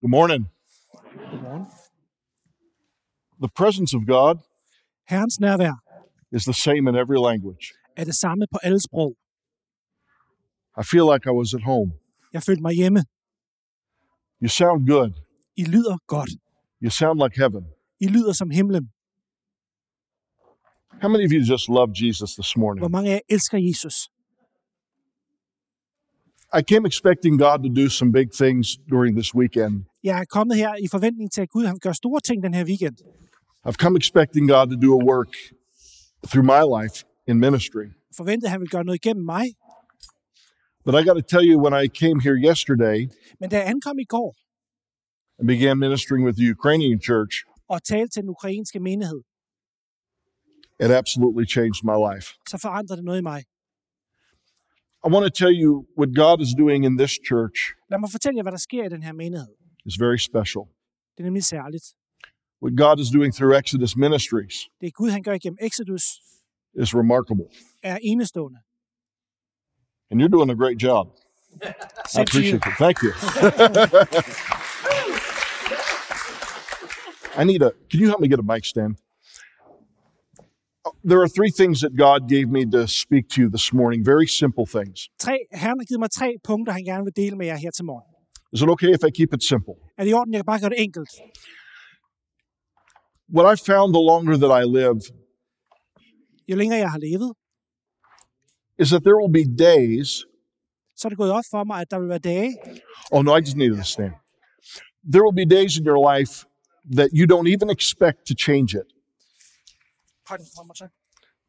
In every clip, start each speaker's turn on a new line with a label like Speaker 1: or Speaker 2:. Speaker 1: Good morning.
Speaker 2: Godmorgen.
Speaker 1: The presence of God
Speaker 2: Herrens nærvær
Speaker 1: is the same in every language.
Speaker 2: er det samme på alle sprog.
Speaker 1: I feel like I was at home.
Speaker 2: Jeg følte mig hjemme.
Speaker 1: You sound good.
Speaker 2: I lyder godt.
Speaker 1: You sound like heaven.
Speaker 2: I lyder som himlen.
Speaker 1: How many of you just love Jesus this
Speaker 2: Hvor
Speaker 1: morning?
Speaker 2: mange af jer elsker Jesus?
Speaker 1: I came expecting God to do some big things during this weekend.
Speaker 2: Jeg er kommet her i forventning til, at Gud han gør store ting den her weekend.
Speaker 1: I've come expecting God to do a work through my life in ministry.
Speaker 2: Forventet, at han vil gøre noget igennem mig.
Speaker 1: But I got to tell you, when I came here yesterday
Speaker 2: Men da jeg ankom i går
Speaker 1: and began ministering with the Ukrainian church,
Speaker 2: og talte til den ukrainske menighed,
Speaker 1: it absolutely changed my life.
Speaker 2: så forandrede det noget i mig.
Speaker 1: I want to tell you what God is doing in this church
Speaker 2: Lad mig fortælle jer, hvad der sker i den her menighed.
Speaker 1: is very special.
Speaker 2: Det er nemlig særligt.
Speaker 1: What God is doing through Exodus Ministries
Speaker 2: Det Gud, han gør igennem Exodus,
Speaker 1: is remarkable.
Speaker 2: er enestående.
Speaker 1: And you're doing a great job. I
Speaker 2: Selv til jer.
Speaker 1: appreciate it. Thank you. I need a, can you help me get a mic stand? Uh, There are three things that God gave me to speak to you this morning, very simple things.
Speaker 2: Tre, Herren har givet mig tre punkter, han gerne vil dele med jer her til morgen.
Speaker 1: Is it okay if I keep it simple?
Speaker 2: Er det i orden? Jeg kan bare gøre det enkelt.
Speaker 1: What I found the longer that I live
Speaker 2: Jo længere jeg har levet,
Speaker 1: is that there will be days,
Speaker 2: så er det gået op for mig, at der vil være dage,
Speaker 1: oh no, I just needed to stand. There will be days in your life that you don't even expect to change it.
Speaker 2: Pardon, one more time.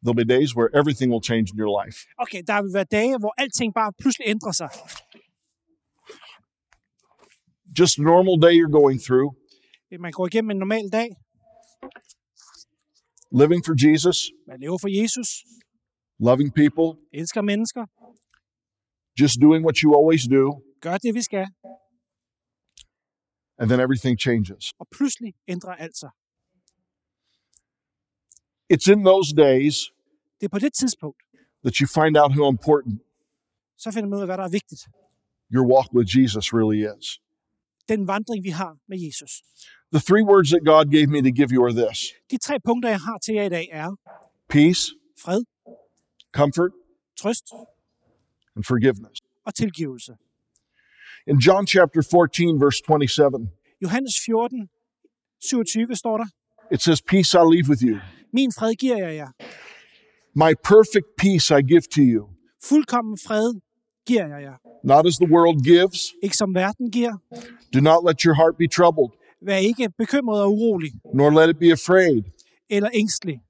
Speaker 1: There'll be days where everything will change in your life.
Speaker 2: Okay, der vil være dage, hvor alting bare pludselig ændrer sig.
Speaker 1: Just a normal day you're going through,
Speaker 2: Man går igennem en normal dag,
Speaker 1: living for Jesus,
Speaker 2: man lever for Jesus,
Speaker 1: loving people,
Speaker 2: elsker mennesker,
Speaker 1: just doing what you always do,
Speaker 2: gør det, vi skal,
Speaker 1: and then everything changes.
Speaker 2: og pludselig ændrer alt sig.
Speaker 1: It's in those days
Speaker 2: Det er på det tidspunkt,
Speaker 1: that you find out how important
Speaker 2: så finder man ud af, hvad der er vigtigt.
Speaker 1: your walk with Jesus really is.
Speaker 2: Den vandring, vi har med Jesus.
Speaker 1: The three words that God gave me to give you are this
Speaker 2: De tre punkter, jeg har til jer i dag, er
Speaker 1: peace,
Speaker 2: fred,
Speaker 1: comfort,
Speaker 2: trøst
Speaker 1: and forgiveness.
Speaker 2: og tilgivelse.
Speaker 1: In John chapter 14, verse 27,
Speaker 2: Johannes 14, 27 står der,
Speaker 1: it says, Peace I leave with you,
Speaker 2: Min fred giver jeg jer.
Speaker 1: my perfect peace I give to you,
Speaker 2: Fuldkommen fred giver jeg jer.
Speaker 1: not as the world gives.
Speaker 2: Ikke som verden giver.
Speaker 1: Do not let your heart be troubled,
Speaker 2: Vær ikke bekymret og urolig
Speaker 1: nor let it be afraid.
Speaker 2: eller ængstelig.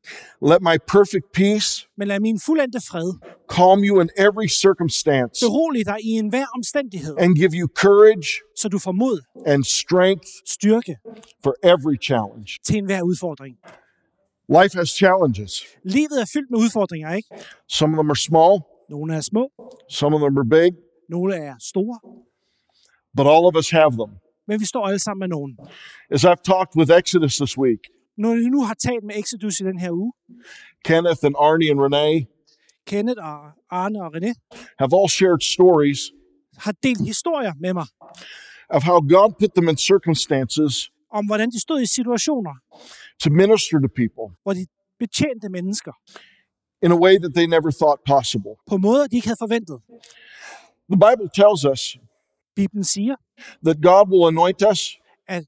Speaker 1: Let my perfect peace
Speaker 2: Men lad min fuldendte fred
Speaker 1: calm you in every circumstance
Speaker 2: berolige dig i enhver omstændighed,
Speaker 1: and give you courage
Speaker 2: så du får mod,
Speaker 1: and strength
Speaker 2: styrke
Speaker 1: for every challenge.
Speaker 2: til enhver udfordring.
Speaker 1: Life has challenges.
Speaker 2: Livet er fyldt med udfordringer, ikke?
Speaker 1: Some of them are small,
Speaker 2: Nogle er små,
Speaker 1: some of them are big,
Speaker 2: nogle er store,
Speaker 1: but all of us have them.
Speaker 2: men vi står alle sammen med nogen.
Speaker 1: As I've talked with Exodus this week,
Speaker 2: Når vi nu har talt med Exodus i den her uge,
Speaker 1: Kenneth and Arnie and Renee
Speaker 2: Kenneth og Arne og René
Speaker 1: have all shared stories
Speaker 2: har delt historier med mig
Speaker 1: of how God put them in circumstances
Speaker 2: om, hvordan de stod i situationer,
Speaker 1: to minister to people
Speaker 2: hvor de betjente mennesker
Speaker 1: in a way that they never thought possible.
Speaker 2: på måder, de ikke havde forventet.
Speaker 1: The Bible tells us
Speaker 2: Bibelen siger,
Speaker 1: that God will anoint us
Speaker 2: at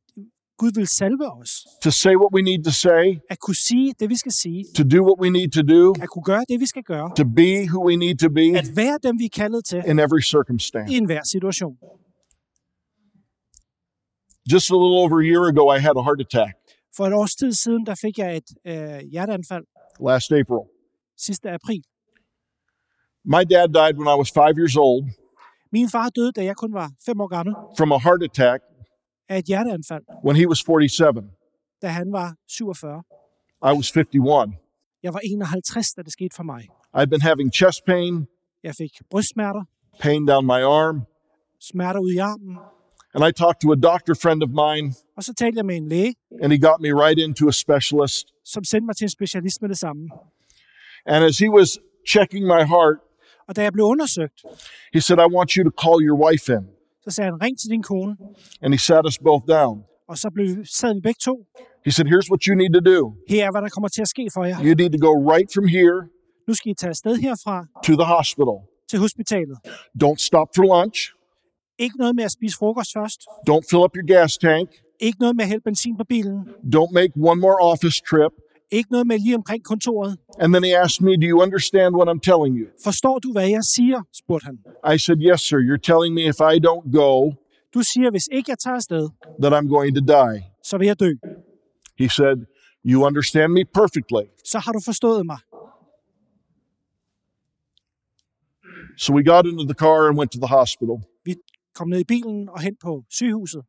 Speaker 2: Gud vil salve os,
Speaker 1: to say what we need to say,
Speaker 2: at kunne sige det, vi skal sige,
Speaker 1: to do what we need to do,
Speaker 2: at kunne gøre det, vi skal gøre,
Speaker 1: to be who we need to be
Speaker 2: at være dem, vi er kaldet til
Speaker 1: in every
Speaker 2: i
Speaker 1: circumstance.
Speaker 2: enhver situation.
Speaker 1: Just a little over a year ago, I had a heart attack
Speaker 2: For et års tid siden, der fik jeg et øh, hjerteanfald
Speaker 1: last April.
Speaker 2: sidste april.
Speaker 1: My dad died when I was five years old
Speaker 2: Min far døde, da jeg kun var fem år gammel,
Speaker 1: from a heart attack
Speaker 2: af et hjerteanfald,
Speaker 1: when he was 47.
Speaker 2: da han var 47.
Speaker 1: I was 51.
Speaker 2: Jeg var 51, da det skete for mig.
Speaker 1: I'd been having chest pain,
Speaker 2: Jeg fik brystsmerter,
Speaker 1: pain down my arm,
Speaker 2: smerter ude i armen,
Speaker 1: and I talked to a doctor friend of mine,
Speaker 2: og så talte jeg med en læge,
Speaker 1: and he got me right into a specialist.
Speaker 2: som sendte mig til en specialist med det samme.
Speaker 1: And as he was checking my heart,
Speaker 2: Og da jeg blev undersøgt,
Speaker 1: he said, I want you to call your wife in.
Speaker 2: Så sagde han, ring til din kone.
Speaker 1: And he sat us both down.
Speaker 2: Og så blev, sad vi begge to.
Speaker 1: He said, Here's what you need to do.
Speaker 2: Her er, hvad der kommer til at ske for jer.
Speaker 1: You need to go right from here
Speaker 2: Nu skal I tage afsted herfra
Speaker 1: to the hospital.
Speaker 2: til hospitalet.
Speaker 1: Don't stop for lunch.
Speaker 2: Ikke noget med at spise frokost først.
Speaker 1: Don't fill up your gas tank.
Speaker 2: Ikke noget med at hælde benzin på bilen.
Speaker 1: Don't make one more office trip.
Speaker 2: Ikke noget med lige omkring kontoret.
Speaker 1: And then he asked me, Do you understand what I'm telling you?
Speaker 2: Forstår du, hvad jeg siger? spurgte han.
Speaker 1: I said, Yes, sir. You're telling me if I don't go,
Speaker 2: Du siger, hvis ikke jeg tager afsted,
Speaker 1: that I'm going to die.
Speaker 2: så vil jeg dø.
Speaker 1: He said, You understand me perfectly.
Speaker 2: Så har du forstået mig.
Speaker 1: So we got into the car and went to the hospital.
Speaker 2: Vi kom ned i bilen og hen på sygehuset.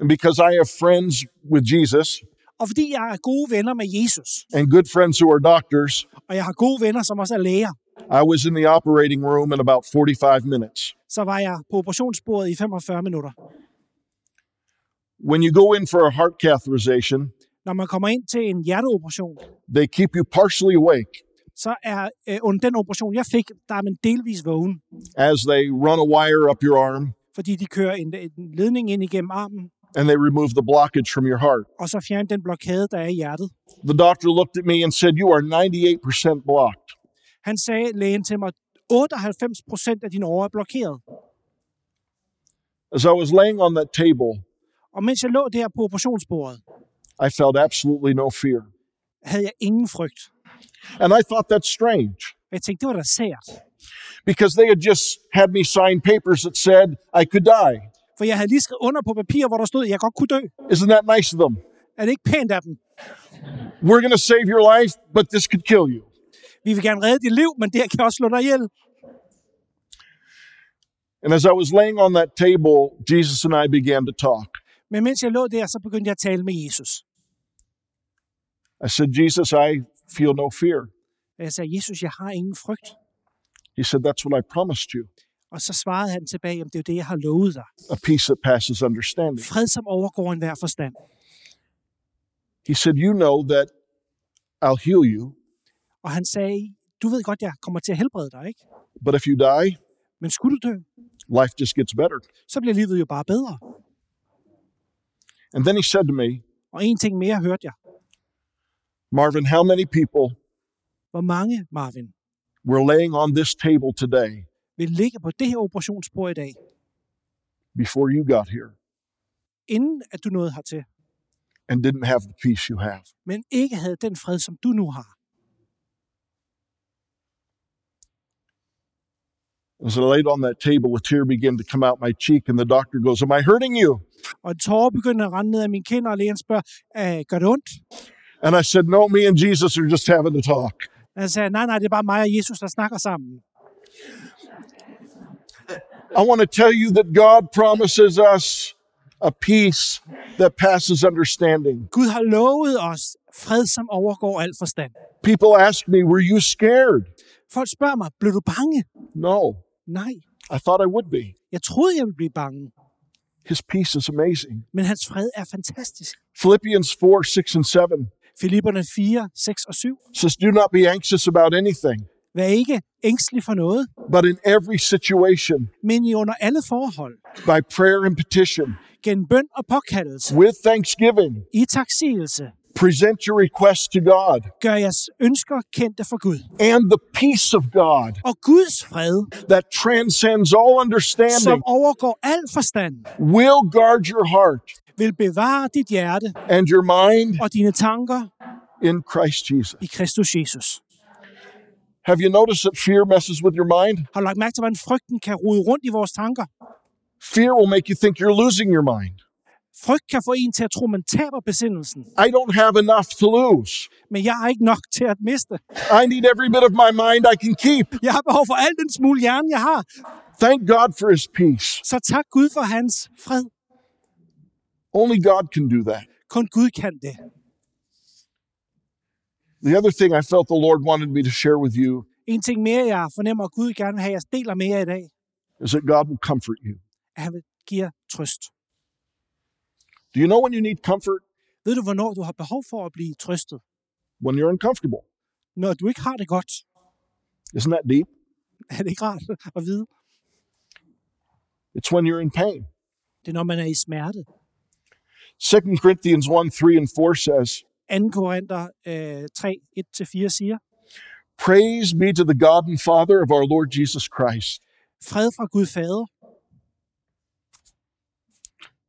Speaker 1: And because I have friends with Jesus
Speaker 2: Og fordi jeg er gode venner med Jesus,
Speaker 1: and good friends who are doctors,
Speaker 2: og jeg har gode venner, som også er læger,
Speaker 1: I was in the operating room in about 45 minutes.
Speaker 2: så var jeg på operationsbordet i 45 minutter.
Speaker 1: When you go in for a heart catheterization,
Speaker 2: Når man kommer ind til en hjerteoperation,
Speaker 1: they keep you partially awake
Speaker 2: så er øh, under den operation, jeg fik, der er man delvis vågen,
Speaker 1: as they run a wire up your arm
Speaker 2: fordi de kører en, en ledning ind igennem armen,
Speaker 1: and they remove the blockage from your heart.
Speaker 2: og så fjerner den blokade, der er i hjertet.
Speaker 1: The doctor looked at me and said, You are 98% blocked.
Speaker 2: Han sagde lægen til mig, 98 procent af dine årer er blokeret.
Speaker 1: As I was laying on that table,
Speaker 2: Og mens jeg lå der på operationsbordet,
Speaker 1: I felt absolutely no fear.
Speaker 2: havde jeg ingen frygt.
Speaker 1: And I thought that's strange
Speaker 2: Og jeg tænkte, det var da sært.
Speaker 1: because they had just had me sign papers that said I could die.
Speaker 2: For jeg havde lige skrevet under på papir, hvor der stod, at jeg godt kunne dø.
Speaker 1: Isn't that nice of them?
Speaker 2: Er det ikke pænt af dem?
Speaker 1: We're going to save your life, but this could kill you.
Speaker 2: Vi vil gerne redde dit liv, men det her kan også slå dig ihjel.
Speaker 1: And as I was laying on that table, Jesus and I began to talk.
Speaker 2: Men mens jeg lå der, så begyndte jeg at tale med Jesus.
Speaker 1: I said, Jesus, I feel no fear.
Speaker 2: Og jeg sagde, Jesus, jeg har ingen frygt.
Speaker 1: He said, That's what I promised you
Speaker 2: Og så svarede han tilbage, om det er jo det, jeg har lovet dig.
Speaker 1: a peace that passes understanding.
Speaker 2: Fred, som overgår enhver forstand.
Speaker 1: He said, You know that I'll heal you,
Speaker 2: Og han sagde, du ved godt, jeg kommer til at helbrede dig, ikke?
Speaker 1: but if you die,
Speaker 2: Men skulle du dø,
Speaker 1: life just gets better.
Speaker 2: så bliver livet jo bare bedre.
Speaker 1: And then he said to me,
Speaker 2: Og en ting mere hørte jeg.
Speaker 1: Marvin, how many people
Speaker 2: Hvor mange, Marvin,
Speaker 1: were laying on this table today
Speaker 2: vil ligge på det her operationsbord i dag,
Speaker 1: before you got here
Speaker 2: inden at du nåede hertil,
Speaker 1: and didn't have the peace you have?
Speaker 2: men ikke havde den fred, som du nu har?
Speaker 1: As I laid on that table, a tear began to come out my cheek, and the doctor goes, Am I hurting you?
Speaker 2: Og en tårer begyndte at rende ned af min kinder, og lægen spørger, "Øh, gør det ondt?
Speaker 1: And I said, No, me and Jesus are just having a talk.
Speaker 2: Og han sagde, nej, nej, det er bare mig og Jesus, der snakker sammen.
Speaker 1: I want to tell you that God promises us a peace that passes understanding.
Speaker 2: Gud har lovet os fred, som overgår al forstand.
Speaker 1: People ask me, Were you scared?
Speaker 2: Folk spørger mig, blev du bange?
Speaker 1: No,
Speaker 2: Nej,
Speaker 1: I thought I would be.
Speaker 2: jeg troede, jeg ville blive bange,
Speaker 1: His peace is amazing.
Speaker 2: men hans fred er fantastisk.
Speaker 1: Philippians 4 6 and 7
Speaker 2: Filipperne 4, 6 og 7.
Speaker 1: says, Do not be anxious about anything,
Speaker 2: Vær ikke ængstelig for noget,
Speaker 1: but in every situation,
Speaker 2: men i under alle forhold,
Speaker 1: by prayer and petition,
Speaker 2: gennem bøn og påkaldelse,
Speaker 1: with thanksgiving,
Speaker 2: i taksigelse,
Speaker 1: present your requests to God.
Speaker 2: gør jeres ønsker kendte for Gud.
Speaker 1: And the peace of God
Speaker 2: Og Guds fred,
Speaker 1: that transcends all
Speaker 2: som
Speaker 1: understanding
Speaker 2: overgår al forstand,
Speaker 1: will guard your heart
Speaker 2: vil bevare dit hjerte
Speaker 1: and your mind
Speaker 2: og dine tanker
Speaker 1: in Christ Jesus.
Speaker 2: i Kristus Jesus.
Speaker 1: Have you noticed that fear messes with your mind?
Speaker 2: Har du lagt mærke til, hvordan frygten kan rode rundt i vores tanker?
Speaker 1: Fear will make you think you're losing your mind.
Speaker 2: Frygt kan få en til at tro, man taber besindelsen.
Speaker 1: I don't have enough to lose.
Speaker 2: Men jeg er ikke nok til at miste.
Speaker 1: I need every bit of my mind I can keep.
Speaker 2: Jeg har behov for al den smule hjerne, jeg har.
Speaker 1: Thank God for his peace.
Speaker 2: Så tak Gud for hans fred.
Speaker 1: Only God can do that.
Speaker 2: Kun Gud kan det.
Speaker 1: The other thing I felt the Lord wanted me to share with you
Speaker 2: En ting mere, jeg fornemmer, at Gud gerne vil have, jeg deler med jer i dag,
Speaker 1: is that God will comfort you.
Speaker 2: at han vil give jer trøst.
Speaker 1: Do you know when you need comfort?
Speaker 2: Ved du, hvornår du har behov for at blive trøstet?
Speaker 1: When you're uncomfortable.
Speaker 2: Når du ikke har det godt,
Speaker 1: Isn't that deep?
Speaker 2: er det ikke rart at vide?
Speaker 1: It's when you're in pain.
Speaker 2: Det er, når man er i smerte.
Speaker 1: 2 Corinthians 1 3 and 4 says,
Speaker 2: 2. Korinther øh, 3, 1-4 siger,
Speaker 1: Praise be to the God and Father of our Lord Jesus Christ.
Speaker 2: fred fra Gud Fader.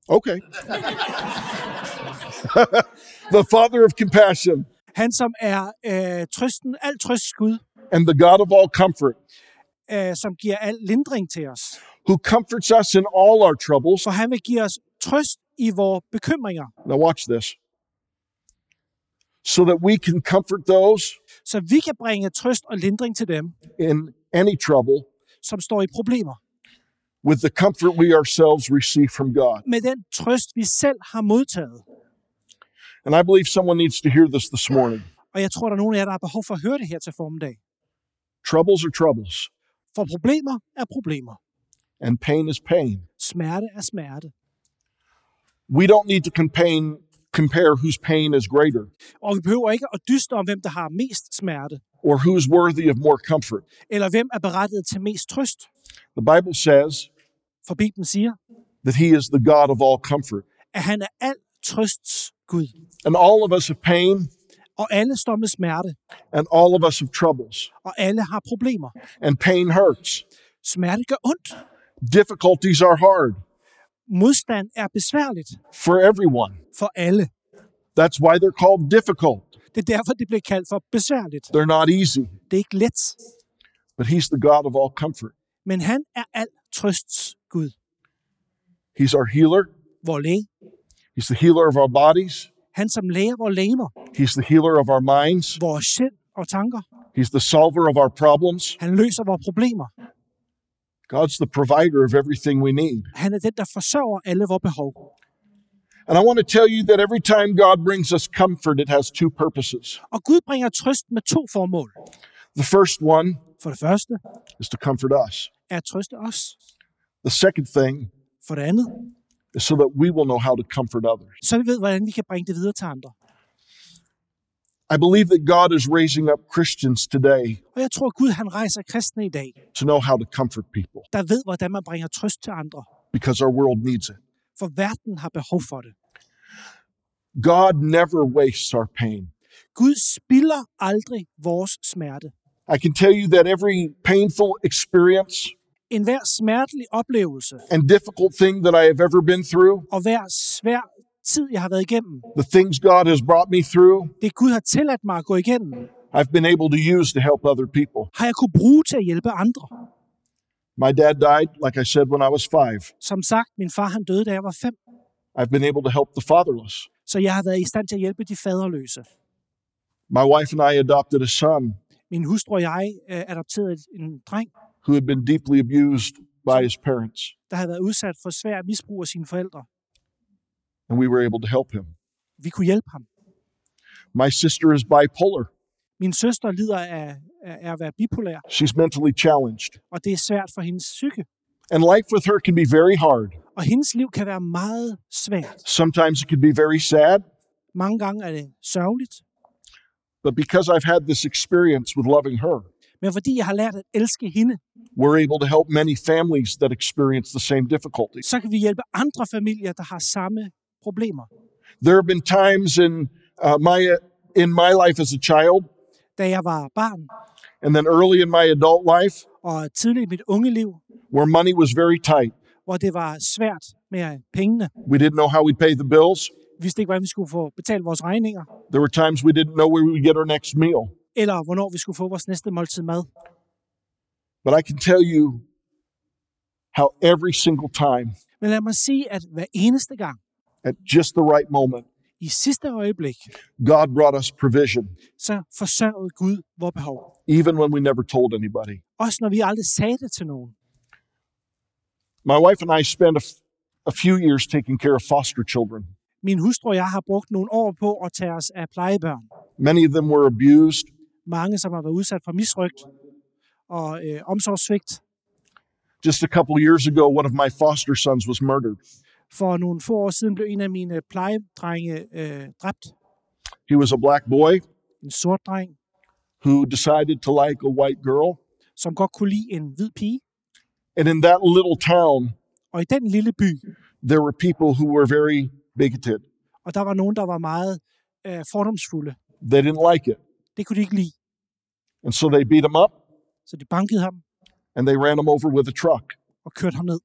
Speaker 1: Okay. the Father of compassion
Speaker 2: Han, som er øh, trøsten, alt trøst Gud,
Speaker 1: and the God of all comfort,
Speaker 2: øh, som giver al lindring til os.
Speaker 1: who comforts us in all our troubles.
Speaker 2: For han vil give os trøst i vores bekymringer,
Speaker 1: Now, watch this. So that we can comfort those
Speaker 2: så vi kan bringe trøst og lindring til dem,
Speaker 1: in any trouble
Speaker 2: som står i problemer,
Speaker 1: with the comfort we ourselves receive from God.
Speaker 2: med den trøst, vi selv har modtaget.
Speaker 1: And I believe someone needs to hear this this morning.
Speaker 2: Og jeg tror, der er nogen af jer, der har behov for at høre det her til formiddag.
Speaker 1: Troubles are troubles,
Speaker 2: For problemer er problemer.
Speaker 1: and pain is pain.
Speaker 2: Smerte er smerte.
Speaker 1: We don't need to complain, compare whose pain is greater
Speaker 2: Og vi behøver ikke at dyste om, hvem der har mest smerte,
Speaker 1: or who's worthy of more comfort.
Speaker 2: eller hvem er berettiget til mest trøst.
Speaker 1: The Bible says
Speaker 2: For Bibelen siger,
Speaker 1: that He is the God of all comfort.
Speaker 2: at han er al trøsts Gud.
Speaker 1: And all of us have pain,
Speaker 2: Og alle står med smerte,
Speaker 1: and all of us have troubles.
Speaker 2: og alle har problemer.
Speaker 1: And pain hurts.
Speaker 2: Smerte gør ondt.
Speaker 1: Difficulties are hard
Speaker 2: Modstand er besværligt
Speaker 1: for everyone.
Speaker 2: for alle.
Speaker 1: That's why they're called difficult.
Speaker 2: Det er derfor, det bliver kaldt for besværligt.
Speaker 1: They're not easy,
Speaker 2: Det er ikke let,
Speaker 1: but He's the God of all comfort.
Speaker 2: men han er al trøsts Gud.
Speaker 1: He's our healer,
Speaker 2: Vor læge,
Speaker 1: He's the healer of our bodies,
Speaker 2: han som læger vores læmer,
Speaker 1: He's the healer of our minds,
Speaker 2: vores sind og tanker.
Speaker 1: He's the solver of our problems.
Speaker 2: Han løser vores problemer.
Speaker 1: God's the provider of everything we need.
Speaker 2: Han er den, der forsørger alle vores behov.
Speaker 1: And I want to tell you that every time God brings us comfort, it has two purposes.
Speaker 2: Og Gud bringer trøst med to formål.
Speaker 1: The first one
Speaker 2: For det første
Speaker 1: is to comfort us,
Speaker 2: er at trøste os.
Speaker 1: the second thing
Speaker 2: For det andet,
Speaker 1: is so that we will know how to comfort others.
Speaker 2: så vi ved, hvordan vi kan bringe det videre til andre.
Speaker 1: I believe that God is raising up Christians today
Speaker 2: Og jeg tror, Gud han rejser kristne i dag,
Speaker 1: to know how to comfort people
Speaker 2: der ved, hvordan man bringer trøst til andre.
Speaker 1: because our world needs it.
Speaker 2: For verden har behov for det.
Speaker 1: God never wastes our pain.
Speaker 2: Gud spilder aldrig vores smerte.
Speaker 1: I can tell you that every painful experience
Speaker 2: En hver smertelig oplevelse
Speaker 1: and difficult thing that I have ever been through,
Speaker 2: og hver svær tid, jeg har været igennem,
Speaker 1: the things God has brought me through,
Speaker 2: det Gud har tilladt mig at gå igennem,
Speaker 1: I've been able to use to help other people.
Speaker 2: har jeg kunne bruge til at hjælpe andre.
Speaker 1: My dad died, like I said, when I was five.
Speaker 2: Som sagt, min far han døde, da jeg var fem,
Speaker 1: I've been able to help the fatherless.
Speaker 2: så jeg har været i stand til at hjælpe de faderløse.
Speaker 1: My wife and I adopted a son
Speaker 2: Min hustru og jeg øh, adopterede et- en dreng,
Speaker 1: who had been deeply abused by his parents,
Speaker 2: der havde været udsat for svær misbrug af sine forældre.
Speaker 1: and we were able to help him.
Speaker 2: Vi kunne hjælpe ham.
Speaker 1: My sister is bipolar.
Speaker 2: Min søster lider af, af af at være bipolær,
Speaker 1: She's mentally challenged,
Speaker 2: og det er svært for hendes psyke.
Speaker 1: and life with her can be very hard.
Speaker 2: Og hendes liv kan være meget svært.
Speaker 1: Sometimes it can be very sad,
Speaker 2: Mange gange er det sørgeligt,
Speaker 1: but because I've had this experience with loving her,
Speaker 2: men fordi jeg har lært at elske hende,
Speaker 1: we're able to help many families that experience the same difficulties.
Speaker 2: så kan vi hjælpe andre familier, der har samme problemer.
Speaker 1: There have been times in uh, my in my life as a child,
Speaker 2: Da jeg var barn,
Speaker 1: and then early in my adult life,
Speaker 2: og tidligt i mit unge liv,
Speaker 1: where money was very tight.
Speaker 2: hvor det var svært med pengene.
Speaker 1: We didn't know how we'd pay the bills.
Speaker 2: Vi vidste ikke, hvordan vi skulle få betalt vores regninger,
Speaker 1: There were times we didn't know where we would get our next meal.
Speaker 2: eller hvornår vi skulle få vores næste måltid mad.
Speaker 1: But I can tell you how every single time,
Speaker 2: Men lad mig sige, at hver eneste gang,
Speaker 1: at just the right moment,
Speaker 2: i sidste øjeblik,
Speaker 1: God brought us provision,
Speaker 2: så forsørgede Gud vores behov.
Speaker 1: even when we never told anybody.
Speaker 2: Også når vi aldrig sagde det til nogen.
Speaker 1: My wife and I spent a, f- a few years taking care of foster children.
Speaker 2: Min hustru og jeg har brugt nogle år på at tage os af plejebørn.
Speaker 1: Many of them were abused,
Speaker 2: Mange, som har været udsat for misrygt og øh, omsorgssvigt.
Speaker 1: just a couple years ago, one of my foster sons was murdered.
Speaker 2: For nogle få år siden blev en af mine plejedrenge øh, dræbt.
Speaker 1: He was a black boy
Speaker 2: En sort dreng,
Speaker 1: who decided to like a white girl.
Speaker 2: som godt kunne lide en hvid pige.
Speaker 1: And in that little town,
Speaker 2: Og i den lille by,
Speaker 1: there were people who were very bigoted.
Speaker 2: Og der var nogen, der var meget øh, fordomsfulde.
Speaker 1: They didn't like it.
Speaker 2: Det kunne de ikke lide.
Speaker 1: And so they beat him up
Speaker 2: Så de bankede ham
Speaker 1: and they ran him over with a truck.
Speaker 2: og kørte ham ned.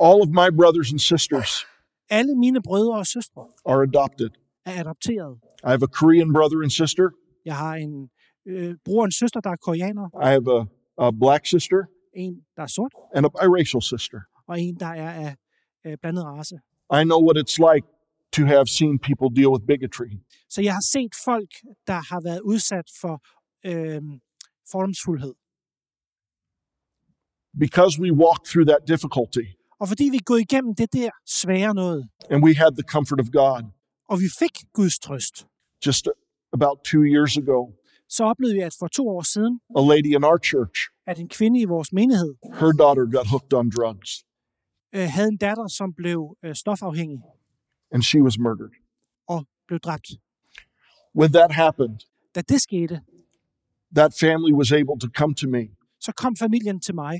Speaker 1: All of my brothers and sisters
Speaker 2: Alle mine brødre og søstre
Speaker 1: are adopted.
Speaker 2: er adopteret.
Speaker 1: I have a Korean brother and sister.
Speaker 2: Jeg har en øh, bror og en søster, der er koreaner.
Speaker 1: I have a, a black sister
Speaker 2: En, der er sort,
Speaker 1: and a biracial sister.
Speaker 2: og en, der er af øh, blandet race.
Speaker 1: I know what it's like to have seen people deal with bigotry.
Speaker 2: Så jeg har set folk, der har været udsat for øh, fordomsfuldhed.
Speaker 1: Because we walked through that difficulty
Speaker 2: Og fordi vi er gået igennem det der svære noget,
Speaker 1: and we had the comfort of God
Speaker 2: og vi fik Guds trøst,
Speaker 1: just about two years ago,
Speaker 2: så oplevede vi, at for to år siden,
Speaker 1: a lady in our church,
Speaker 2: at en kvinde i vores menighed
Speaker 1: her daughter got hooked on drugs
Speaker 2: øh, havde en datter, som blev øh, stofafhængig
Speaker 1: and she was murdered.
Speaker 2: og blev dræbt.
Speaker 1: When that happened,
Speaker 2: Da det skete,
Speaker 1: that family was able to come to me
Speaker 2: så kom familien til mig,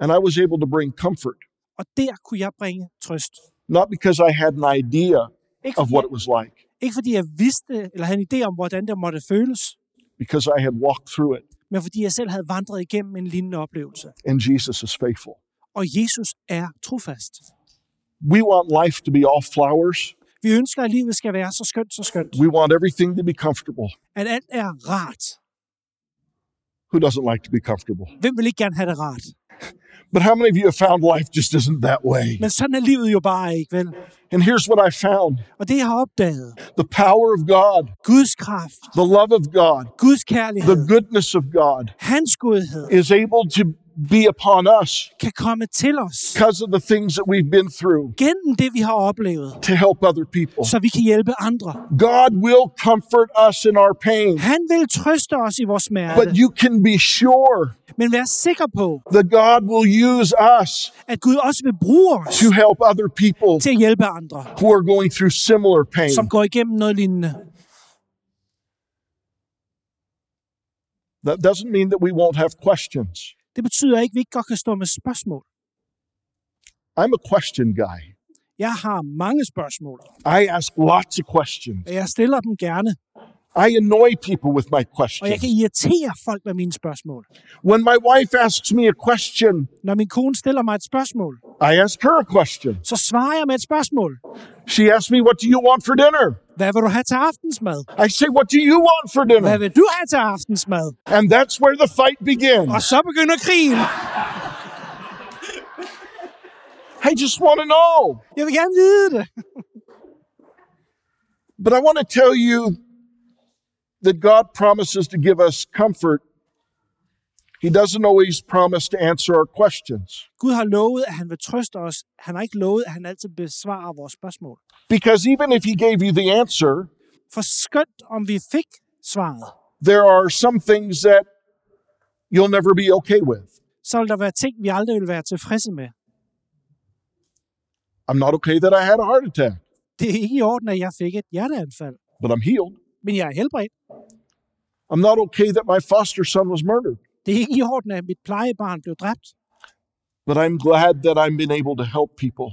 Speaker 1: and I was able to bring comfort,
Speaker 2: og der kunne jeg bringe trøst.
Speaker 1: not because I had an idea
Speaker 2: Ikke
Speaker 1: of
Speaker 2: fordi,
Speaker 1: what it was like,
Speaker 2: ikke fordi jeg vidste eller havde en idé om, hvordan det måtte føles,
Speaker 1: because I had walked through it
Speaker 2: men fordi jeg selv havde vandret igennem en lignende oplevelse.
Speaker 1: and Jesus is faithful.
Speaker 2: Og Jesus er trofast.
Speaker 1: We want life to be all flowers.
Speaker 2: Vi ønsker, at livet skal være så skønt, så skønt.
Speaker 1: We want everything to be comfortable.
Speaker 2: At alt er rart.
Speaker 1: Who doesn't like to be comfortable?
Speaker 2: Hvem vil ikke gerne have det rart?
Speaker 1: But how many of you have found life just isn't that way?
Speaker 2: Men sådan er livet jo bare ikke, vel?
Speaker 1: And here's what I found
Speaker 2: Og det, jeg har opdaget,
Speaker 1: the power of God,
Speaker 2: Guds kraft,
Speaker 1: the love of God,
Speaker 2: Guds
Speaker 1: the
Speaker 2: kærlighed,
Speaker 1: goodness of God
Speaker 2: hans godhed,
Speaker 1: is able to be upon us
Speaker 2: kan komme til os
Speaker 1: because of the things that we've been through
Speaker 2: gennem det, vi har oplevet,
Speaker 1: to help other people.
Speaker 2: så vi kan hjælpe andre.
Speaker 1: God will comfort us in our pain,
Speaker 2: Han vil trøste os i vores smerte,
Speaker 1: but you can be sure
Speaker 2: men vær sikker på,
Speaker 1: that God will use us
Speaker 2: at Gud også vil bruge os
Speaker 1: to help other people
Speaker 2: til at hjælpe andre,
Speaker 1: who are going through similar pain.
Speaker 2: som går igennem noget lignende.
Speaker 1: That doesn't mean that we won't have questions.
Speaker 2: Det betyder ikke, at vi ikke godt kan stå med spørgsmål.
Speaker 1: I'm a question guy.
Speaker 2: Jeg har mange spørgsmål,
Speaker 1: I ask lots of questions.
Speaker 2: og jeg stiller dem gerne.
Speaker 1: I annoy people with my
Speaker 2: Og jeg kan
Speaker 1: questions.
Speaker 2: irritere folk med mine spørgsmål.
Speaker 1: When my wife asks me a question,
Speaker 2: Når min kone stiller mig et spørgsmål,
Speaker 1: I ask her a question.
Speaker 2: så svarer jeg med et spørgsmål.
Speaker 1: She asks me, What do you want for dinner?
Speaker 2: Hvad vil du have til aftensmad?
Speaker 1: I say, What do you want for
Speaker 2: Hvad
Speaker 1: dinner?
Speaker 2: vil du have til aftensmad?
Speaker 1: And that's where the fight
Speaker 2: Og
Speaker 1: begins.
Speaker 2: så begynder krigen.
Speaker 1: I just want to know.
Speaker 2: Jeg vil gerne vide det.
Speaker 1: But I want to tell you that God promises to give us comfort. He doesn't always promise to answer our questions.
Speaker 2: Gud har lovet, at han vil trøste os. Han har ikke lovet, at han altid besvarer vores spørgsmål.
Speaker 1: Because even if he gave you the answer,
Speaker 2: For skønt, om vi fik svaret,
Speaker 1: there are some things that you'll never be okay with.
Speaker 2: så vil der være ting, vi aldrig vil være tilfredse med.
Speaker 1: I'm not okay that I had a heart attack,
Speaker 2: Det er ikke i orden, at jeg fik et hjerteanfald,
Speaker 1: but I'm healed.
Speaker 2: men jeg er helbredt.
Speaker 1: I'm not okay that my foster son was murdered,
Speaker 2: Det er ikke i orden, at mit plejebarn blev dræbt,
Speaker 1: but I'm glad that I've been able to help people.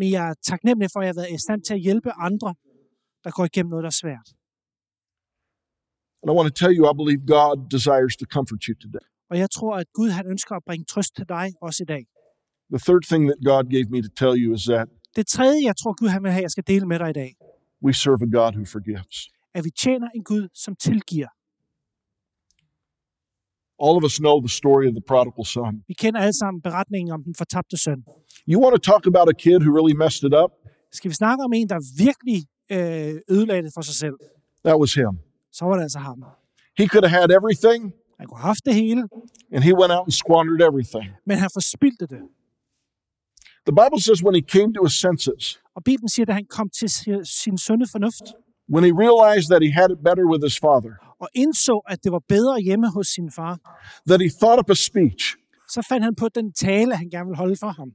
Speaker 2: men jeg er taknemmelig for, at jeg har været i stand til at hjælpe andre, der går igennem noget, der er svært.
Speaker 1: And I want to tell you, I believe God desires to comfort you today.
Speaker 2: Og jeg tror, at Gud han ønsker at bringe trøst til dig også i dag.
Speaker 1: The third thing that God gave me to tell you is that
Speaker 2: Det tredje, jeg tror, Gud han vil have, jeg skal dele med dig i dag,
Speaker 1: we serve a God who forgives.
Speaker 2: at vi tjener en Gud, som tilgiver.
Speaker 1: All of us know the story of the prodigal son.
Speaker 2: Vi kender alle sammen beretningen om den fortabte søn.
Speaker 1: You want to talk about a kid who really messed it up?
Speaker 2: Skal vi snakke om en, der virkelig øh, ødelagde det for sig selv,
Speaker 1: That was him.
Speaker 2: så var det altså ham.
Speaker 1: He could have had everything,
Speaker 2: Han kunne have haft det hele,
Speaker 1: and he went out and squandered everything.
Speaker 2: men han forspildte det.
Speaker 1: The Bible says when he came to his senses,
Speaker 2: Og Bibelen siger, at han kom til si- sin sunde fornuft
Speaker 1: when he realized that he had it better with his father,
Speaker 2: og indså, at det var bedre hjemme hos sin far.
Speaker 1: that he thought up a speech
Speaker 2: Så fandt han på den tale, han gerne ville holde for ham.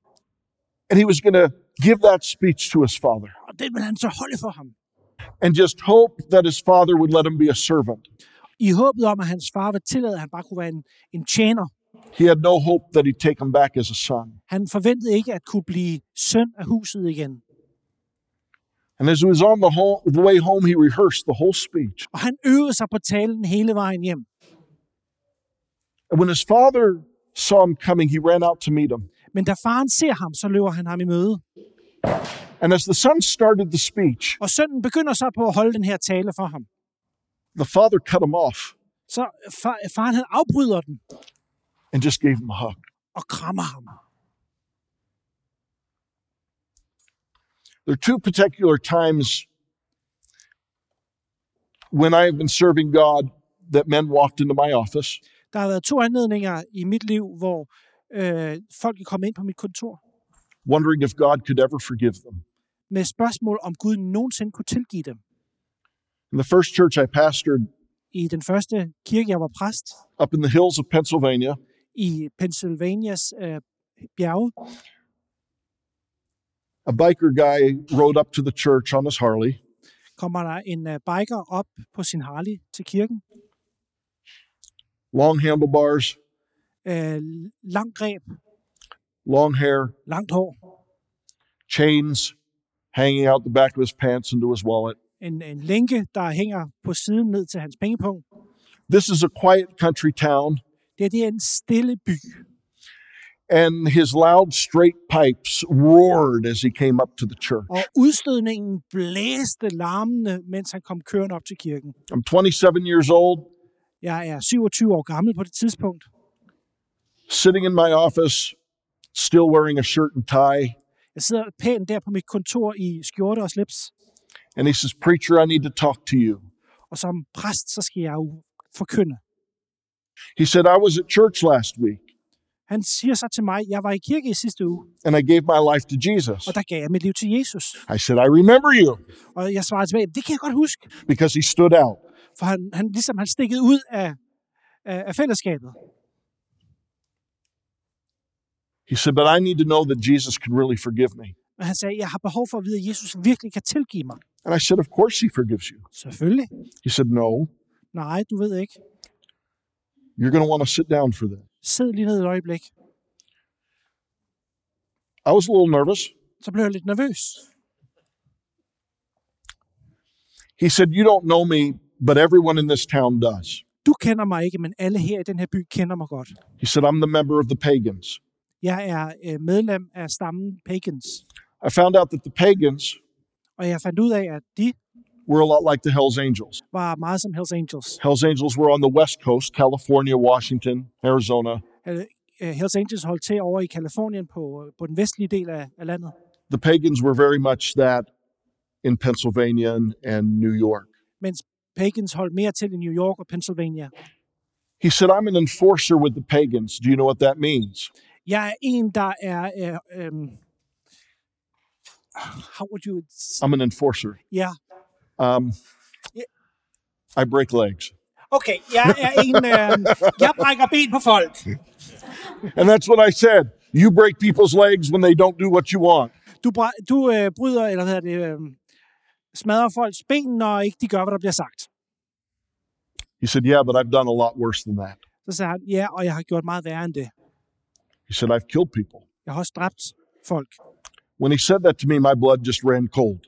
Speaker 1: and he was going to give that speech to his father
Speaker 2: Og den ville han så holde for ham.
Speaker 1: and just hope that his father would let him be a servant.
Speaker 2: I håbet om, at hans far ville tillade, at han bare kunne være en, en tjener
Speaker 1: He had no hope that he'd take him back as a son.
Speaker 2: Han forventede ikke at kunne blive søn af huset igen.
Speaker 1: And as he was on the, ho- the way home, he rehearsed the whole speech.
Speaker 2: Og han øvede sig på talen hele vejen hjem.
Speaker 1: And when his father saw him coming, he ran out to meet him.
Speaker 2: Men da faren ser ham, så løber han ham i møde.
Speaker 1: And as the son started the speech,
Speaker 2: Og sønnen begynder så på at holde den her tale for ham.
Speaker 1: the father cut him off
Speaker 2: Så far, faren han afbryder den
Speaker 1: and just gave him a hug.
Speaker 2: og krammer ham.
Speaker 1: There are two particular times when I have been serving God that men walked into my office.
Speaker 2: Der har været to anledninger i mit liv, hvor øh, folk er kommet ind på mit kontor
Speaker 1: wondering if God could ever forgive them.
Speaker 2: med spørgsmål, om Gud nogensinde kunne tilgive dem.
Speaker 1: In the first church I pastored
Speaker 2: I den første kirke, jeg var præst
Speaker 1: up in the hills of Pennsylvania,
Speaker 2: i Pennsylvanias øh, bjerge,
Speaker 1: a biker guy rode up to the church on his Harley
Speaker 2: kommer der en øh, biker op på sin Harley til kirken.
Speaker 1: long handlebars,
Speaker 2: Øh, lang greb,
Speaker 1: long hair,
Speaker 2: langt hår,
Speaker 1: chains hanging out the back of his pants into his wallet.
Speaker 2: en, en lænke, der hænger på siden ned til hans pengepunkt.
Speaker 1: This is a quiet country town,
Speaker 2: Det, er- det er en stille by,
Speaker 1: and his loud, straight pipes roared as he came up to the church.
Speaker 2: og udstødningen blæste larmende, mens han kom kørende op til kirken.
Speaker 1: I'm 27 years old,
Speaker 2: Jeg er 27 år gammel på det tidspunkt,
Speaker 1: sitting in my office, still wearing a shirt and tie,
Speaker 2: Jeg sidder pænt der på mit kontor i skjorte og slips,
Speaker 1: and he says, Preacher, I need to talk to you.
Speaker 2: og som præst, så skal jeg jo forkynde.
Speaker 1: He said, I was at church last week
Speaker 2: Han siger så til mig, jeg var i kirke i sidste uge,
Speaker 1: and I gave my life to Jesus.
Speaker 2: og der gav jeg mit liv til Jesus.
Speaker 1: I said, I remember you
Speaker 2: Og jeg svarede tilbage, det kan jeg godt huske,
Speaker 1: because he stood out.
Speaker 2: for han, han ligesom han stikkede ud af, af, af fællesskabet.
Speaker 1: He said, But I need to know that Jesus can really forgive me.
Speaker 2: Og han sagde, jeg har behov for at vide, at Jesus virkelig kan tilgive mig.
Speaker 1: And I said, Of course he forgives you.
Speaker 2: Selvfølgelig.
Speaker 1: He said, No,
Speaker 2: Nej, du ved ikke.
Speaker 1: you're going to want to sit down for this.
Speaker 2: Sid lige ned et øjeblik.
Speaker 1: I was a little nervous.
Speaker 2: Så blev jeg lidt nervøs.
Speaker 1: He said, You don't know me, but everyone in this town does.
Speaker 2: Du kender mig ikke, men alle her i den her by kender mig godt.
Speaker 1: He said, I'm the member of the pagans.
Speaker 2: Jeg er øh, medlem af stammen Pagans,
Speaker 1: I found out that the pagans
Speaker 2: og jeg fandt ud af, at de
Speaker 1: were a lot like the Hells Angels.
Speaker 2: var meget som Hells Angels.
Speaker 1: Hells Angels were on the West Coast, California, Washington, Arizona.
Speaker 2: Øh, øh, Hells Angels holdt til over i Kalifornien på, på den vestlige del af, af landet.
Speaker 1: The pagans were very much that in Pennsylvania and, and New York.
Speaker 2: Pagans holdt mere til i New York og Pennsylvania.
Speaker 1: He said, I'm an enforcer with the pagans. Do you know what that means?
Speaker 2: Jeg er en, der er... Øh, øh, how would you...
Speaker 1: I'm an enforcer.
Speaker 2: Ja.
Speaker 1: Um, I break legs.
Speaker 2: Okay, jeg er en... Øh, jeg brækker ben på folk.
Speaker 1: And that's what I said. You break people's legs when they don't do what you want.
Speaker 2: Du, bræ, du øh, bryder, eller hvad hedder det... Øh, smadrer folks ben, når ikke de gør, hvad der bliver sagt.
Speaker 1: He said, Yeah, but I've done a lot worse than that.
Speaker 2: Så sagde han, ja, og jeg har gjort meget værre end det.
Speaker 1: He said, I've killed people.
Speaker 2: Jeg har også dræbt folk.
Speaker 1: When he said that to me, my blood just ran cold.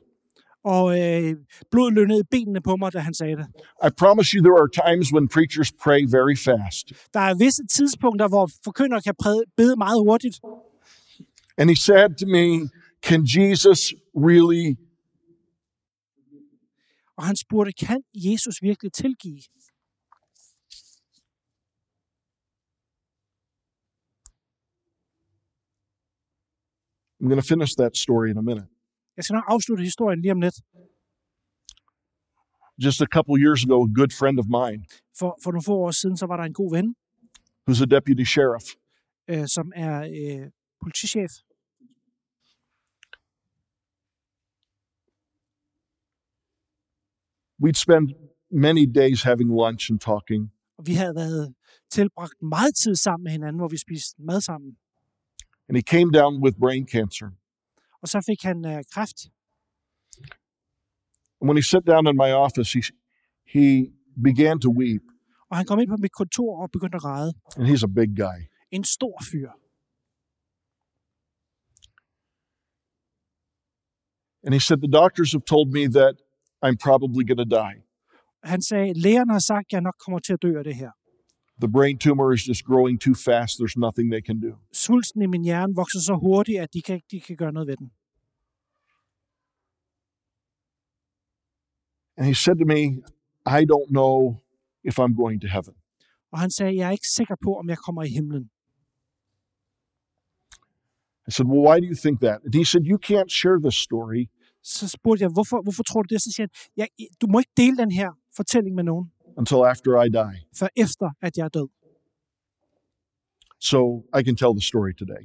Speaker 2: Og øh, blod lønnede i benene på mig, da han sagde det.
Speaker 1: I promise you, there are times when preachers pray very fast.
Speaker 2: Der er visse tidspunkter, hvor forkyndere kan præde, bede meget hurtigt.
Speaker 1: And he said to me, Can Jesus really?
Speaker 2: Og han spurgte, kan Jesus virkelig tilgive?
Speaker 1: I'm going to finish that story in a minute.
Speaker 2: Jeg skal nok afslutte historien lige om lidt.
Speaker 1: Just a couple years ago, a good friend of mine
Speaker 2: For, for nogle få år siden, så var der en god ven,
Speaker 1: who's a deputy sheriff
Speaker 2: øh, som er øh, politichef.
Speaker 1: we'd spend many days having lunch and talking.
Speaker 2: Og vi havde været tilbragt meget tid sammen med hinanden, hvor vi spiste mad sammen.
Speaker 1: And he came down with brain cancer.
Speaker 2: Og så fik han øh, kræft.
Speaker 1: And when he sat down in my office, he, he began to weep.
Speaker 2: Og han kom ind på mit kontor og begyndte at græde.
Speaker 1: And he's a big guy.
Speaker 2: en stor fyr.
Speaker 1: And he said, The doctors have told me that I'm probably going to die.
Speaker 2: Han sagde, lægerne har sagt, at jeg nok kommer til at dø af det her.
Speaker 1: The brain tumor is just growing too fast. There's nothing they can do.
Speaker 2: Svulsten i min hjerne vokser så hurtigt, at de kan, ikke- de kan gøre noget ved den.
Speaker 1: And he said to me, I don't know if I'm going to heaven.
Speaker 2: Og han sagde, jeg er ikke sikker på, om jeg kommer i himlen.
Speaker 1: I said, Well, why do you think that? And he said, You can't share this story
Speaker 2: Så spurgte jeg, hvorfor, hvorfor tror du det? Så siger han, jeg, du må ikke dele den her fortælling med nogen,
Speaker 1: until after I die.
Speaker 2: før efter, at jeg er død.
Speaker 1: So I can tell the story today.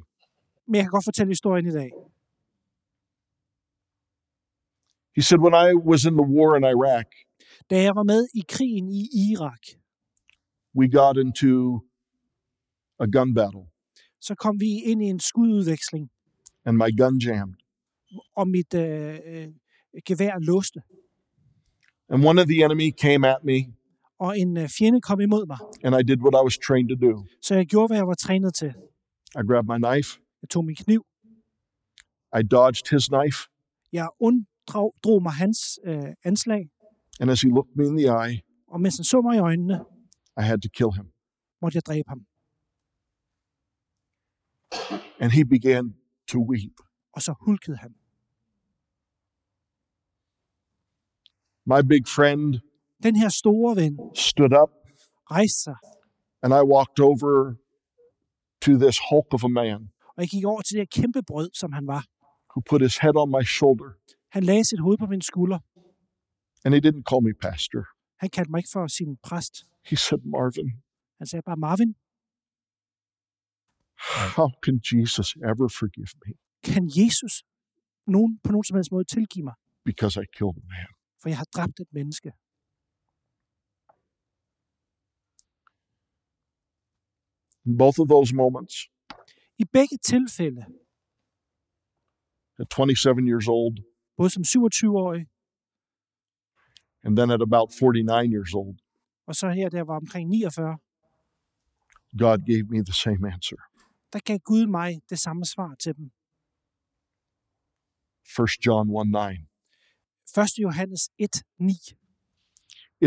Speaker 2: Men jeg kan godt fortælle historien i dag.
Speaker 1: He said, When I was in the war in Iraq,
Speaker 2: Da jeg var med i krigen i Irak,
Speaker 1: we got into a gun battle
Speaker 2: så kom vi ind i en skududveksling,
Speaker 1: and my gun jammed.
Speaker 2: og mit øh, øh, gevær låste,
Speaker 1: And one of the enemy came at me
Speaker 2: og en øh, fjende kom imod mig.
Speaker 1: and I did what I was trained to do.
Speaker 2: Så jeg gjorde, hvad jeg var trænet til.
Speaker 1: I grabbed my knife,
Speaker 2: Jeg tog min kniv,
Speaker 1: I dodged his knife,
Speaker 2: jeg unddrog mig hans øh, anslag,
Speaker 1: and as he looked me in the eye,
Speaker 2: og mens han så mig i øjnene,
Speaker 1: I had to kill him.
Speaker 2: måtte jeg dræbe ham.
Speaker 1: And he began to weep.
Speaker 2: Og så hulkede han.
Speaker 1: My big friend
Speaker 2: Den her store ven
Speaker 1: stood up
Speaker 2: rejste sig,
Speaker 1: and I walked over to this hulk of a man
Speaker 2: og jeg gik over til det her kæmpe brød, som han var.
Speaker 1: who put his head on my shoulder
Speaker 2: Han lagde sit hoved på min skulder.
Speaker 1: and he didn't call me pastor.
Speaker 2: Han kaldte mig ikke for sin præst.
Speaker 1: He said, Marvin,
Speaker 2: Han sagde bare, Marvin,
Speaker 1: how can Jesus ever forgive me
Speaker 2: kan Jesus nogen, på nogen som helst måde tilgive mig?
Speaker 1: because I killed a man?
Speaker 2: For jeg har dræbt et menneske.
Speaker 1: In both of those moments,
Speaker 2: I begge tilfælde,
Speaker 1: at 27 years old
Speaker 2: både som 27-årig,
Speaker 1: and then at about 49 years old,
Speaker 2: og så her, da jeg var omkring 49,
Speaker 1: God gave me the same answer.
Speaker 2: der gav Gud mig det samme svar til dem.
Speaker 1: 1 John 1 9.
Speaker 2: 1. Johannes 1:9.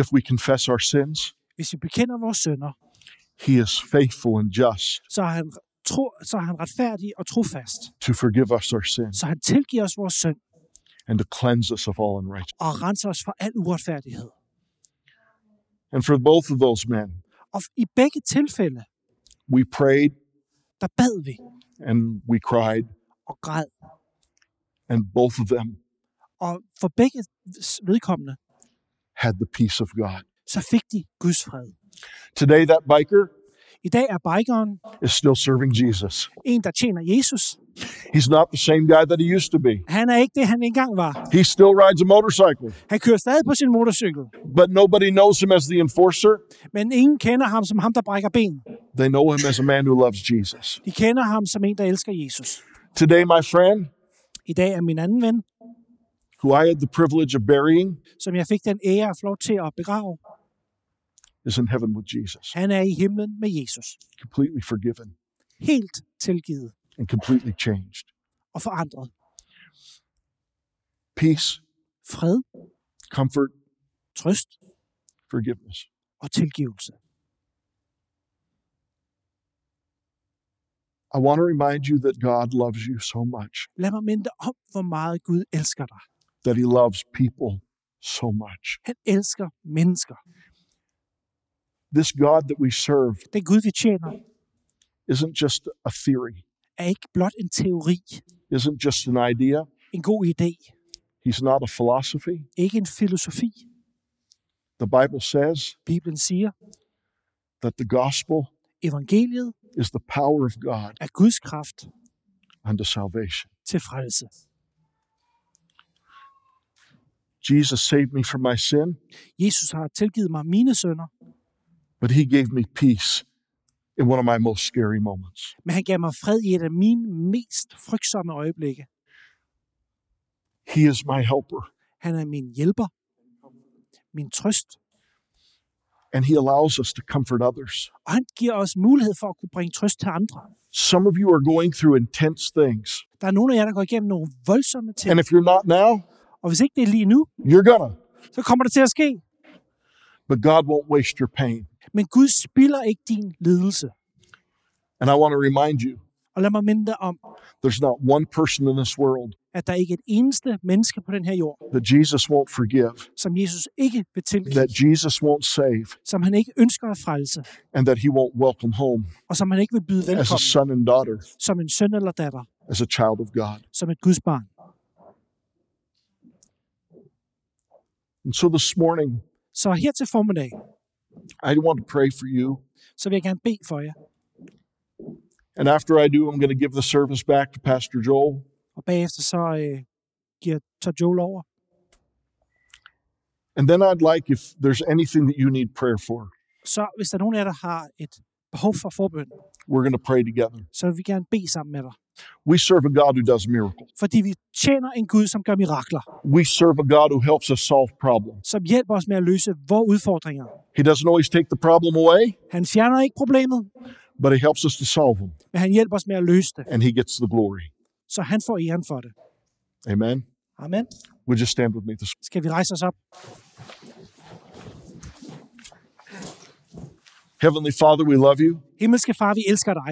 Speaker 1: If we confess our sins,
Speaker 2: Hvis vi bekender vores sønder,
Speaker 1: he is faithful and just
Speaker 2: så er han, tro, så er han retfærdig og trofast.
Speaker 1: to forgive us our sins
Speaker 2: Så han tilgiver os vores synd
Speaker 1: and to cleanse us of all unrighteousness.
Speaker 2: og renser os for al uretfærdighed.
Speaker 1: And for both of those men,
Speaker 2: Og i begge tilfælde,
Speaker 1: we prayed
Speaker 2: der bad vi
Speaker 1: and we cried,
Speaker 2: og græd.
Speaker 1: and both of them
Speaker 2: Og for begge vedkommende,
Speaker 1: had the peace of God.
Speaker 2: så fik de Guds fred.
Speaker 1: Today, that biker
Speaker 2: I dag er bikeren
Speaker 1: is still serving Jesus.
Speaker 2: en, der tjener Jesus.
Speaker 1: He's not the same guy that he used to be.
Speaker 2: Han er ikke det, han engang var.
Speaker 1: He still rides a motorcycle,
Speaker 2: Han kører stadig på sin motorcykel,
Speaker 1: but nobody knows him as the enforcer.
Speaker 2: men ingen kender ham som ham, der brækker ben.
Speaker 1: They know him as a man who loves Jesus.
Speaker 2: De kender ham som en, der elsker Jesus.
Speaker 1: Today, my friend,
Speaker 2: I dag er min anden ven,
Speaker 1: who I had the privilege of burying,
Speaker 2: som jeg fik den ære og lov til at begrave,
Speaker 1: is in heaven with Jesus,
Speaker 2: han er i himlen med Jesus.
Speaker 1: completely forgiven
Speaker 2: Helt tilgivet
Speaker 1: and completely changed.
Speaker 2: og forandret.
Speaker 1: Peace,
Speaker 2: Fred,
Speaker 1: comfort,
Speaker 2: trøst
Speaker 1: forgiveness.
Speaker 2: og tilgivelse.
Speaker 1: I want to remind you that God loves you so much,
Speaker 2: Lad mig minde dig om, hvor meget Gud elsker dig.
Speaker 1: that He loves people so much.
Speaker 2: Han elsker mennesker.
Speaker 1: This God that we serve
Speaker 2: Den Gud, vi tjener,
Speaker 1: isn't just a theory,
Speaker 2: er ikke blot en teori,
Speaker 1: isn't just an idea.
Speaker 2: en god idé,
Speaker 1: He's not a philosophy.
Speaker 2: ikke en filosofi.
Speaker 1: The Bible says
Speaker 2: Bibelen siger,
Speaker 1: that the gospel
Speaker 2: evangeliet
Speaker 1: is the power of God
Speaker 2: er Guds kraft
Speaker 1: unto salvation.
Speaker 2: til frelse.
Speaker 1: Jesus saved me from my sin,
Speaker 2: Jesus har tilgivet mig mine sønder,
Speaker 1: but He gave me peace in one of my most scary moments.
Speaker 2: men han gav mig fred i et af mine mest frygtsomme øjeblikke.
Speaker 1: He is my helper.
Speaker 2: Han er min hjælper, min trøst.
Speaker 1: and He allows us to comfort others.
Speaker 2: Og han giver os mulighed for at kunne bringe trøst til andre.
Speaker 1: Some of you are going through intense things,
Speaker 2: Der er nogle af jer, der går igennem nogle voldsomme ting.
Speaker 1: and if you're not now,
Speaker 2: Og hvis ikke det er lige nu,
Speaker 1: you're gonna.
Speaker 2: så kommer det til at ske.
Speaker 1: But God won't waste your pain.
Speaker 2: Men Gud spiller ikke din lidelse.
Speaker 1: And I want to remind you
Speaker 2: Og lad mig minde dig om,
Speaker 1: there's not one person in this world
Speaker 2: at der ikke er et eneste menneske på den her jord,
Speaker 1: that Jesus won't forgive,
Speaker 2: som Jesus ikke vil tilgive,
Speaker 1: that Jesus won't save,
Speaker 2: som han ikke ønsker at frelse,
Speaker 1: and that He won't welcome home
Speaker 2: og som han ikke vil byde
Speaker 1: as a
Speaker 2: velkommen
Speaker 1: son and daughter,
Speaker 2: som en søn eller datter,
Speaker 1: as a child of God.
Speaker 2: som et Guds barn.
Speaker 1: And so this morning,
Speaker 2: Så her til formiddag,
Speaker 1: I want to pray for you.
Speaker 2: så vil jeg gerne bede for jer.
Speaker 1: And after I do, I'm going to give the service back to Pastor Joel.
Speaker 2: Og bagefter så øh, giver så Joel over.
Speaker 1: And then I'd like, if there's anything that you need prayer for,
Speaker 2: Så hvis der er nogen af jer, der har et behov for forbøn,
Speaker 1: we're going to pray together.
Speaker 2: så vil vi gerne bede sammen med dig.
Speaker 1: We serve a God who does miracles.
Speaker 2: Fordi vi tjener en Gud, som gør mirakler,
Speaker 1: We serve a God who helps us solve problems.
Speaker 2: som hjælper os med at løse vores udfordringer.
Speaker 1: He doesn't always take the problem away,
Speaker 2: Han fjerner ikke problemet,
Speaker 1: but He helps us to solve them,
Speaker 2: men han hjælper os med at løse det,
Speaker 1: and He gets the glory.
Speaker 2: så han får æren for det.
Speaker 1: Amen.
Speaker 2: Amen.
Speaker 1: Would you stand with me this
Speaker 2: Skal vi rejse os op?
Speaker 1: Heavenly Father, we love you,
Speaker 2: Himmelske Far, vi elsker dig.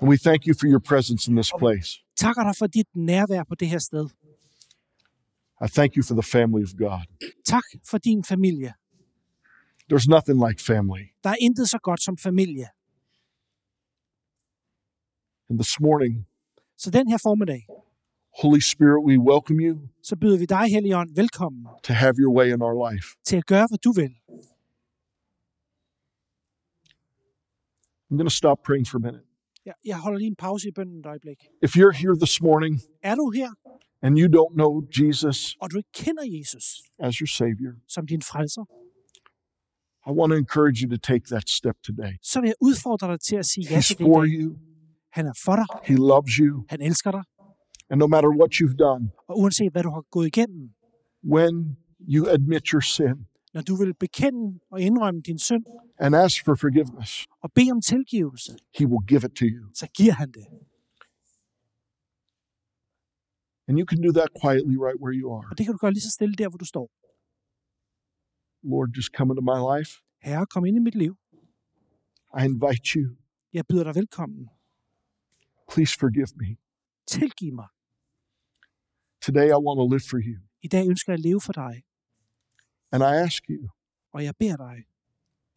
Speaker 1: and we thank you for your presence in this place.
Speaker 2: Takker dig for dit nærvær på det her sted.
Speaker 1: I thank you for the family of God.
Speaker 2: Tak for din familie.
Speaker 1: There's nothing like family.
Speaker 2: Der er intet så godt som familie.
Speaker 1: And this morning,
Speaker 2: Så den her formiddag,
Speaker 1: Holy Spirit, we welcome you
Speaker 2: så byder vi dig, Helligånd, velkommen
Speaker 1: to have your way in our life.
Speaker 2: til at gøre, hvad du vil.
Speaker 1: I'm going to stop praying for a minute.
Speaker 2: Jeg, jeg holder lige en pause i bønnen et øjeblik.
Speaker 1: If you're here this morning
Speaker 2: Er du her,
Speaker 1: and you don't know Jesus
Speaker 2: og du ikke kender Jesus
Speaker 1: as your Savior,
Speaker 2: som din frelser,
Speaker 1: I want to encourage you to take that step today.
Speaker 2: så vil jeg udfordre dig til at sige ja
Speaker 1: He's
Speaker 2: til det. i
Speaker 1: for
Speaker 2: dag.
Speaker 1: you,
Speaker 2: Han er for dig.
Speaker 1: He loves you.
Speaker 2: Han elsker dig.
Speaker 1: And no matter what you've done,
Speaker 2: Og uanset hvad du har gået igennem,
Speaker 1: when you admit your sin
Speaker 2: når du vil bekende og indrømme din synd
Speaker 1: and ask for forgiveness,
Speaker 2: og bede om tilgivelse,
Speaker 1: He will give it to you.
Speaker 2: så giver han det.
Speaker 1: And you can do that quietly right where you are.
Speaker 2: Og det kan du gøre lige så stille der, hvor du står.
Speaker 1: Lord, just come into my life.
Speaker 2: Herre, kom ind i mit liv.
Speaker 1: I invite you.
Speaker 2: Jeg byder dig velkommen.
Speaker 1: Please forgive me.
Speaker 2: Tilgiv mig.
Speaker 1: Today I want to live for you.
Speaker 2: I dag ønsker jeg at leve for dig,
Speaker 1: And I ask you
Speaker 2: og jeg beder dig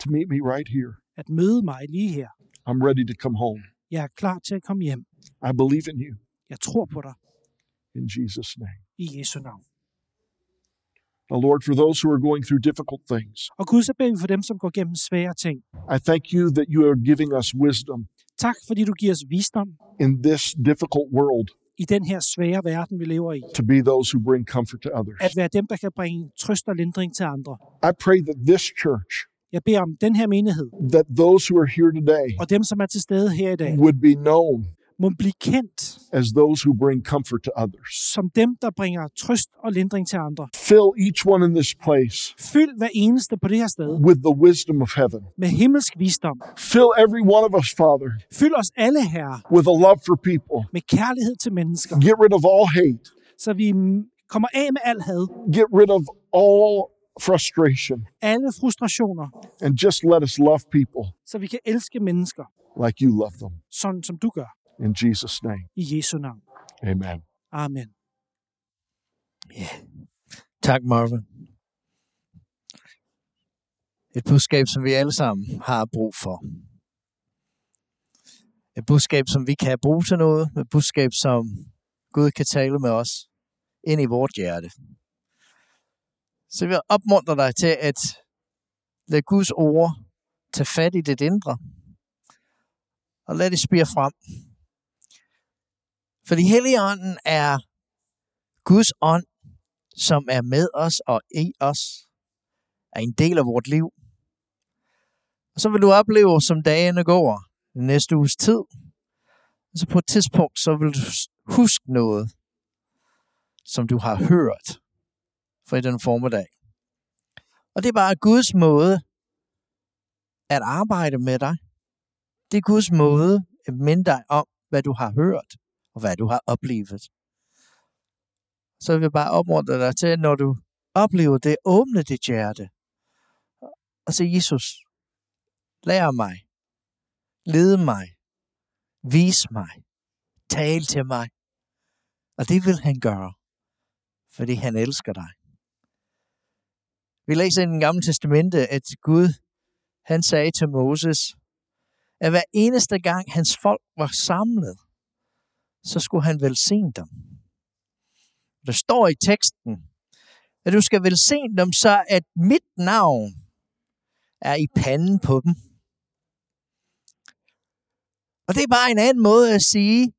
Speaker 1: to meet me right here.
Speaker 2: at møde mig lige her.
Speaker 1: I'm ready to come home.
Speaker 2: Jeg er klar til at komme hjem.
Speaker 1: I believe in you
Speaker 2: Jeg tror på dig
Speaker 1: in Jesus' name.
Speaker 2: i Jesu navn.
Speaker 1: Now, Lord, for those who are going through difficult things,
Speaker 2: Og Gud, så beder vi for dem, som går gennem svære ting.
Speaker 1: I thank you that you are giving us wisdom
Speaker 2: Tak, fordi du giver os visdom
Speaker 1: in this difficult world
Speaker 2: i den her svære verden, vi lever i.
Speaker 1: to be those who bring comfort to others.
Speaker 2: At være dem, der kan bringe trøst og lindring til andre.
Speaker 1: I pray that this church,
Speaker 2: Jeg beder om den her menighed,
Speaker 1: that those who are here today
Speaker 2: og dem, som er til stede her i dag,
Speaker 1: would be known
Speaker 2: må blive kendt
Speaker 1: as those who bring comfort to others.
Speaker 2: som dem, der bringer trøst og lindring til andre.
Speaker 1: Fill each one in this place
Speaker 2: Fyld hver eneste på det her sted
Speaker 1: with the wisdom of heaven.
Speaker 2: med himmelsk visdom.
Speaker 1: Fill every one of us, Father,
Speaker 2: Fyld os alle her
Speaker 1: with a love for people.
Speaker 2: med kærlighed til mennesker,
Speaker 1: Get rid of all hate.
Speaker 2: så vi m- kommer af med al had,
Speaker 1: Get rid of all frustration.
Speaker 2: alle frustrationer,
Speaker 1: And just let us love people
Speaker 2: så vi kan elske mennesker,
Speaker 1: like you love them.
Speaker 2: sådan som du gør,
Speaker 1: In Jesus' name,
Speaker 2: i Jesu navn.
Speaker 1: amen.
Speaker 2: Amen.
Speaker 3: Tak, Marvin. Et budskab, som vi alle sammen har brug for. Et budskab, som vi kan bruge til noget. Et budskab, som Gud kan tale med os ind i vort hjerte. Så vi opmuntrer dig til at lade Guds ord tage fat i dit indre. Og lad det spire frem. Fordi Helligånden er Guds ånd, som er med os og i os, er en del af vort liv. Og så vil du opleve, som dagene går, den næste uges tid, og så på et tidspunkt, så vil du s- huske noget, som du har hørt fra i den formiddag. Og det er bare Guds måde at arbejde med dig. Det er Guds måde at minde dig om, hvad du har hørt og hvad du har oplevet. Så vil jeg bare opmuntre dig til, når du oplever det, åbne dit hjerte og se Jesus, lær mig, lede mig, vis mig, tal til mig. Og det vil han gøre, fordi han elsker dig. Vi læser i den gamle testamente, at Gud, han sagde til Moses, at hver eneste gang hans folk var samlet, så skulle han velsigne dem. Der står i teksten, at du skal velsigne dem så, at mit navn er i panden på dem. Og det er bare en anden måde at sige,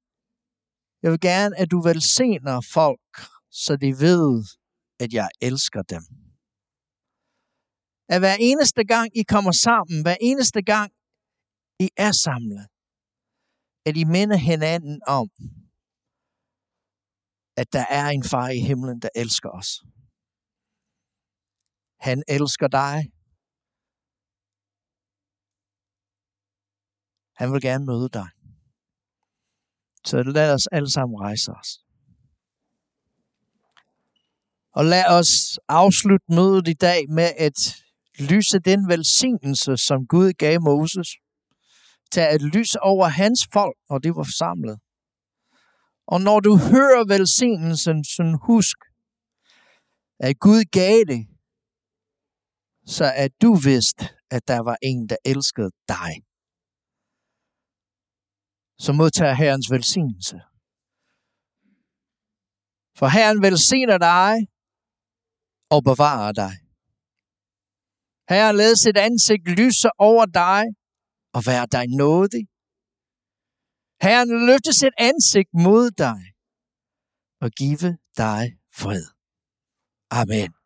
Speaker 3: jeg vil gerne, at du velsigner folk, så de ved, at jeg elsker dem. At hver eneste gang I kommer sammen, hver eneste gang I er samlet, at I minder hinanden om, at der er en far i himlen, der elsker os. Han elsker dig. Han vil gerne møde dig. Så lad os alle sammen rejse os. Og lad os afslutte mødet i dag med at lyse den velsignelse, som Gud gav Moses, til at lyse over hans folk, når det var samlet. Og når du hører velsignelsen, så husk, at Gud gav det, så at du vidste, at der var en, der elskede dig så modtager Herrens velsignelse. For Herren velsigner dig og bevarer dig. Herren lader sit ansigt lyse over dig og være dig nådig. Herren løfter sit ansigt mod dig og give dig fred. Amen.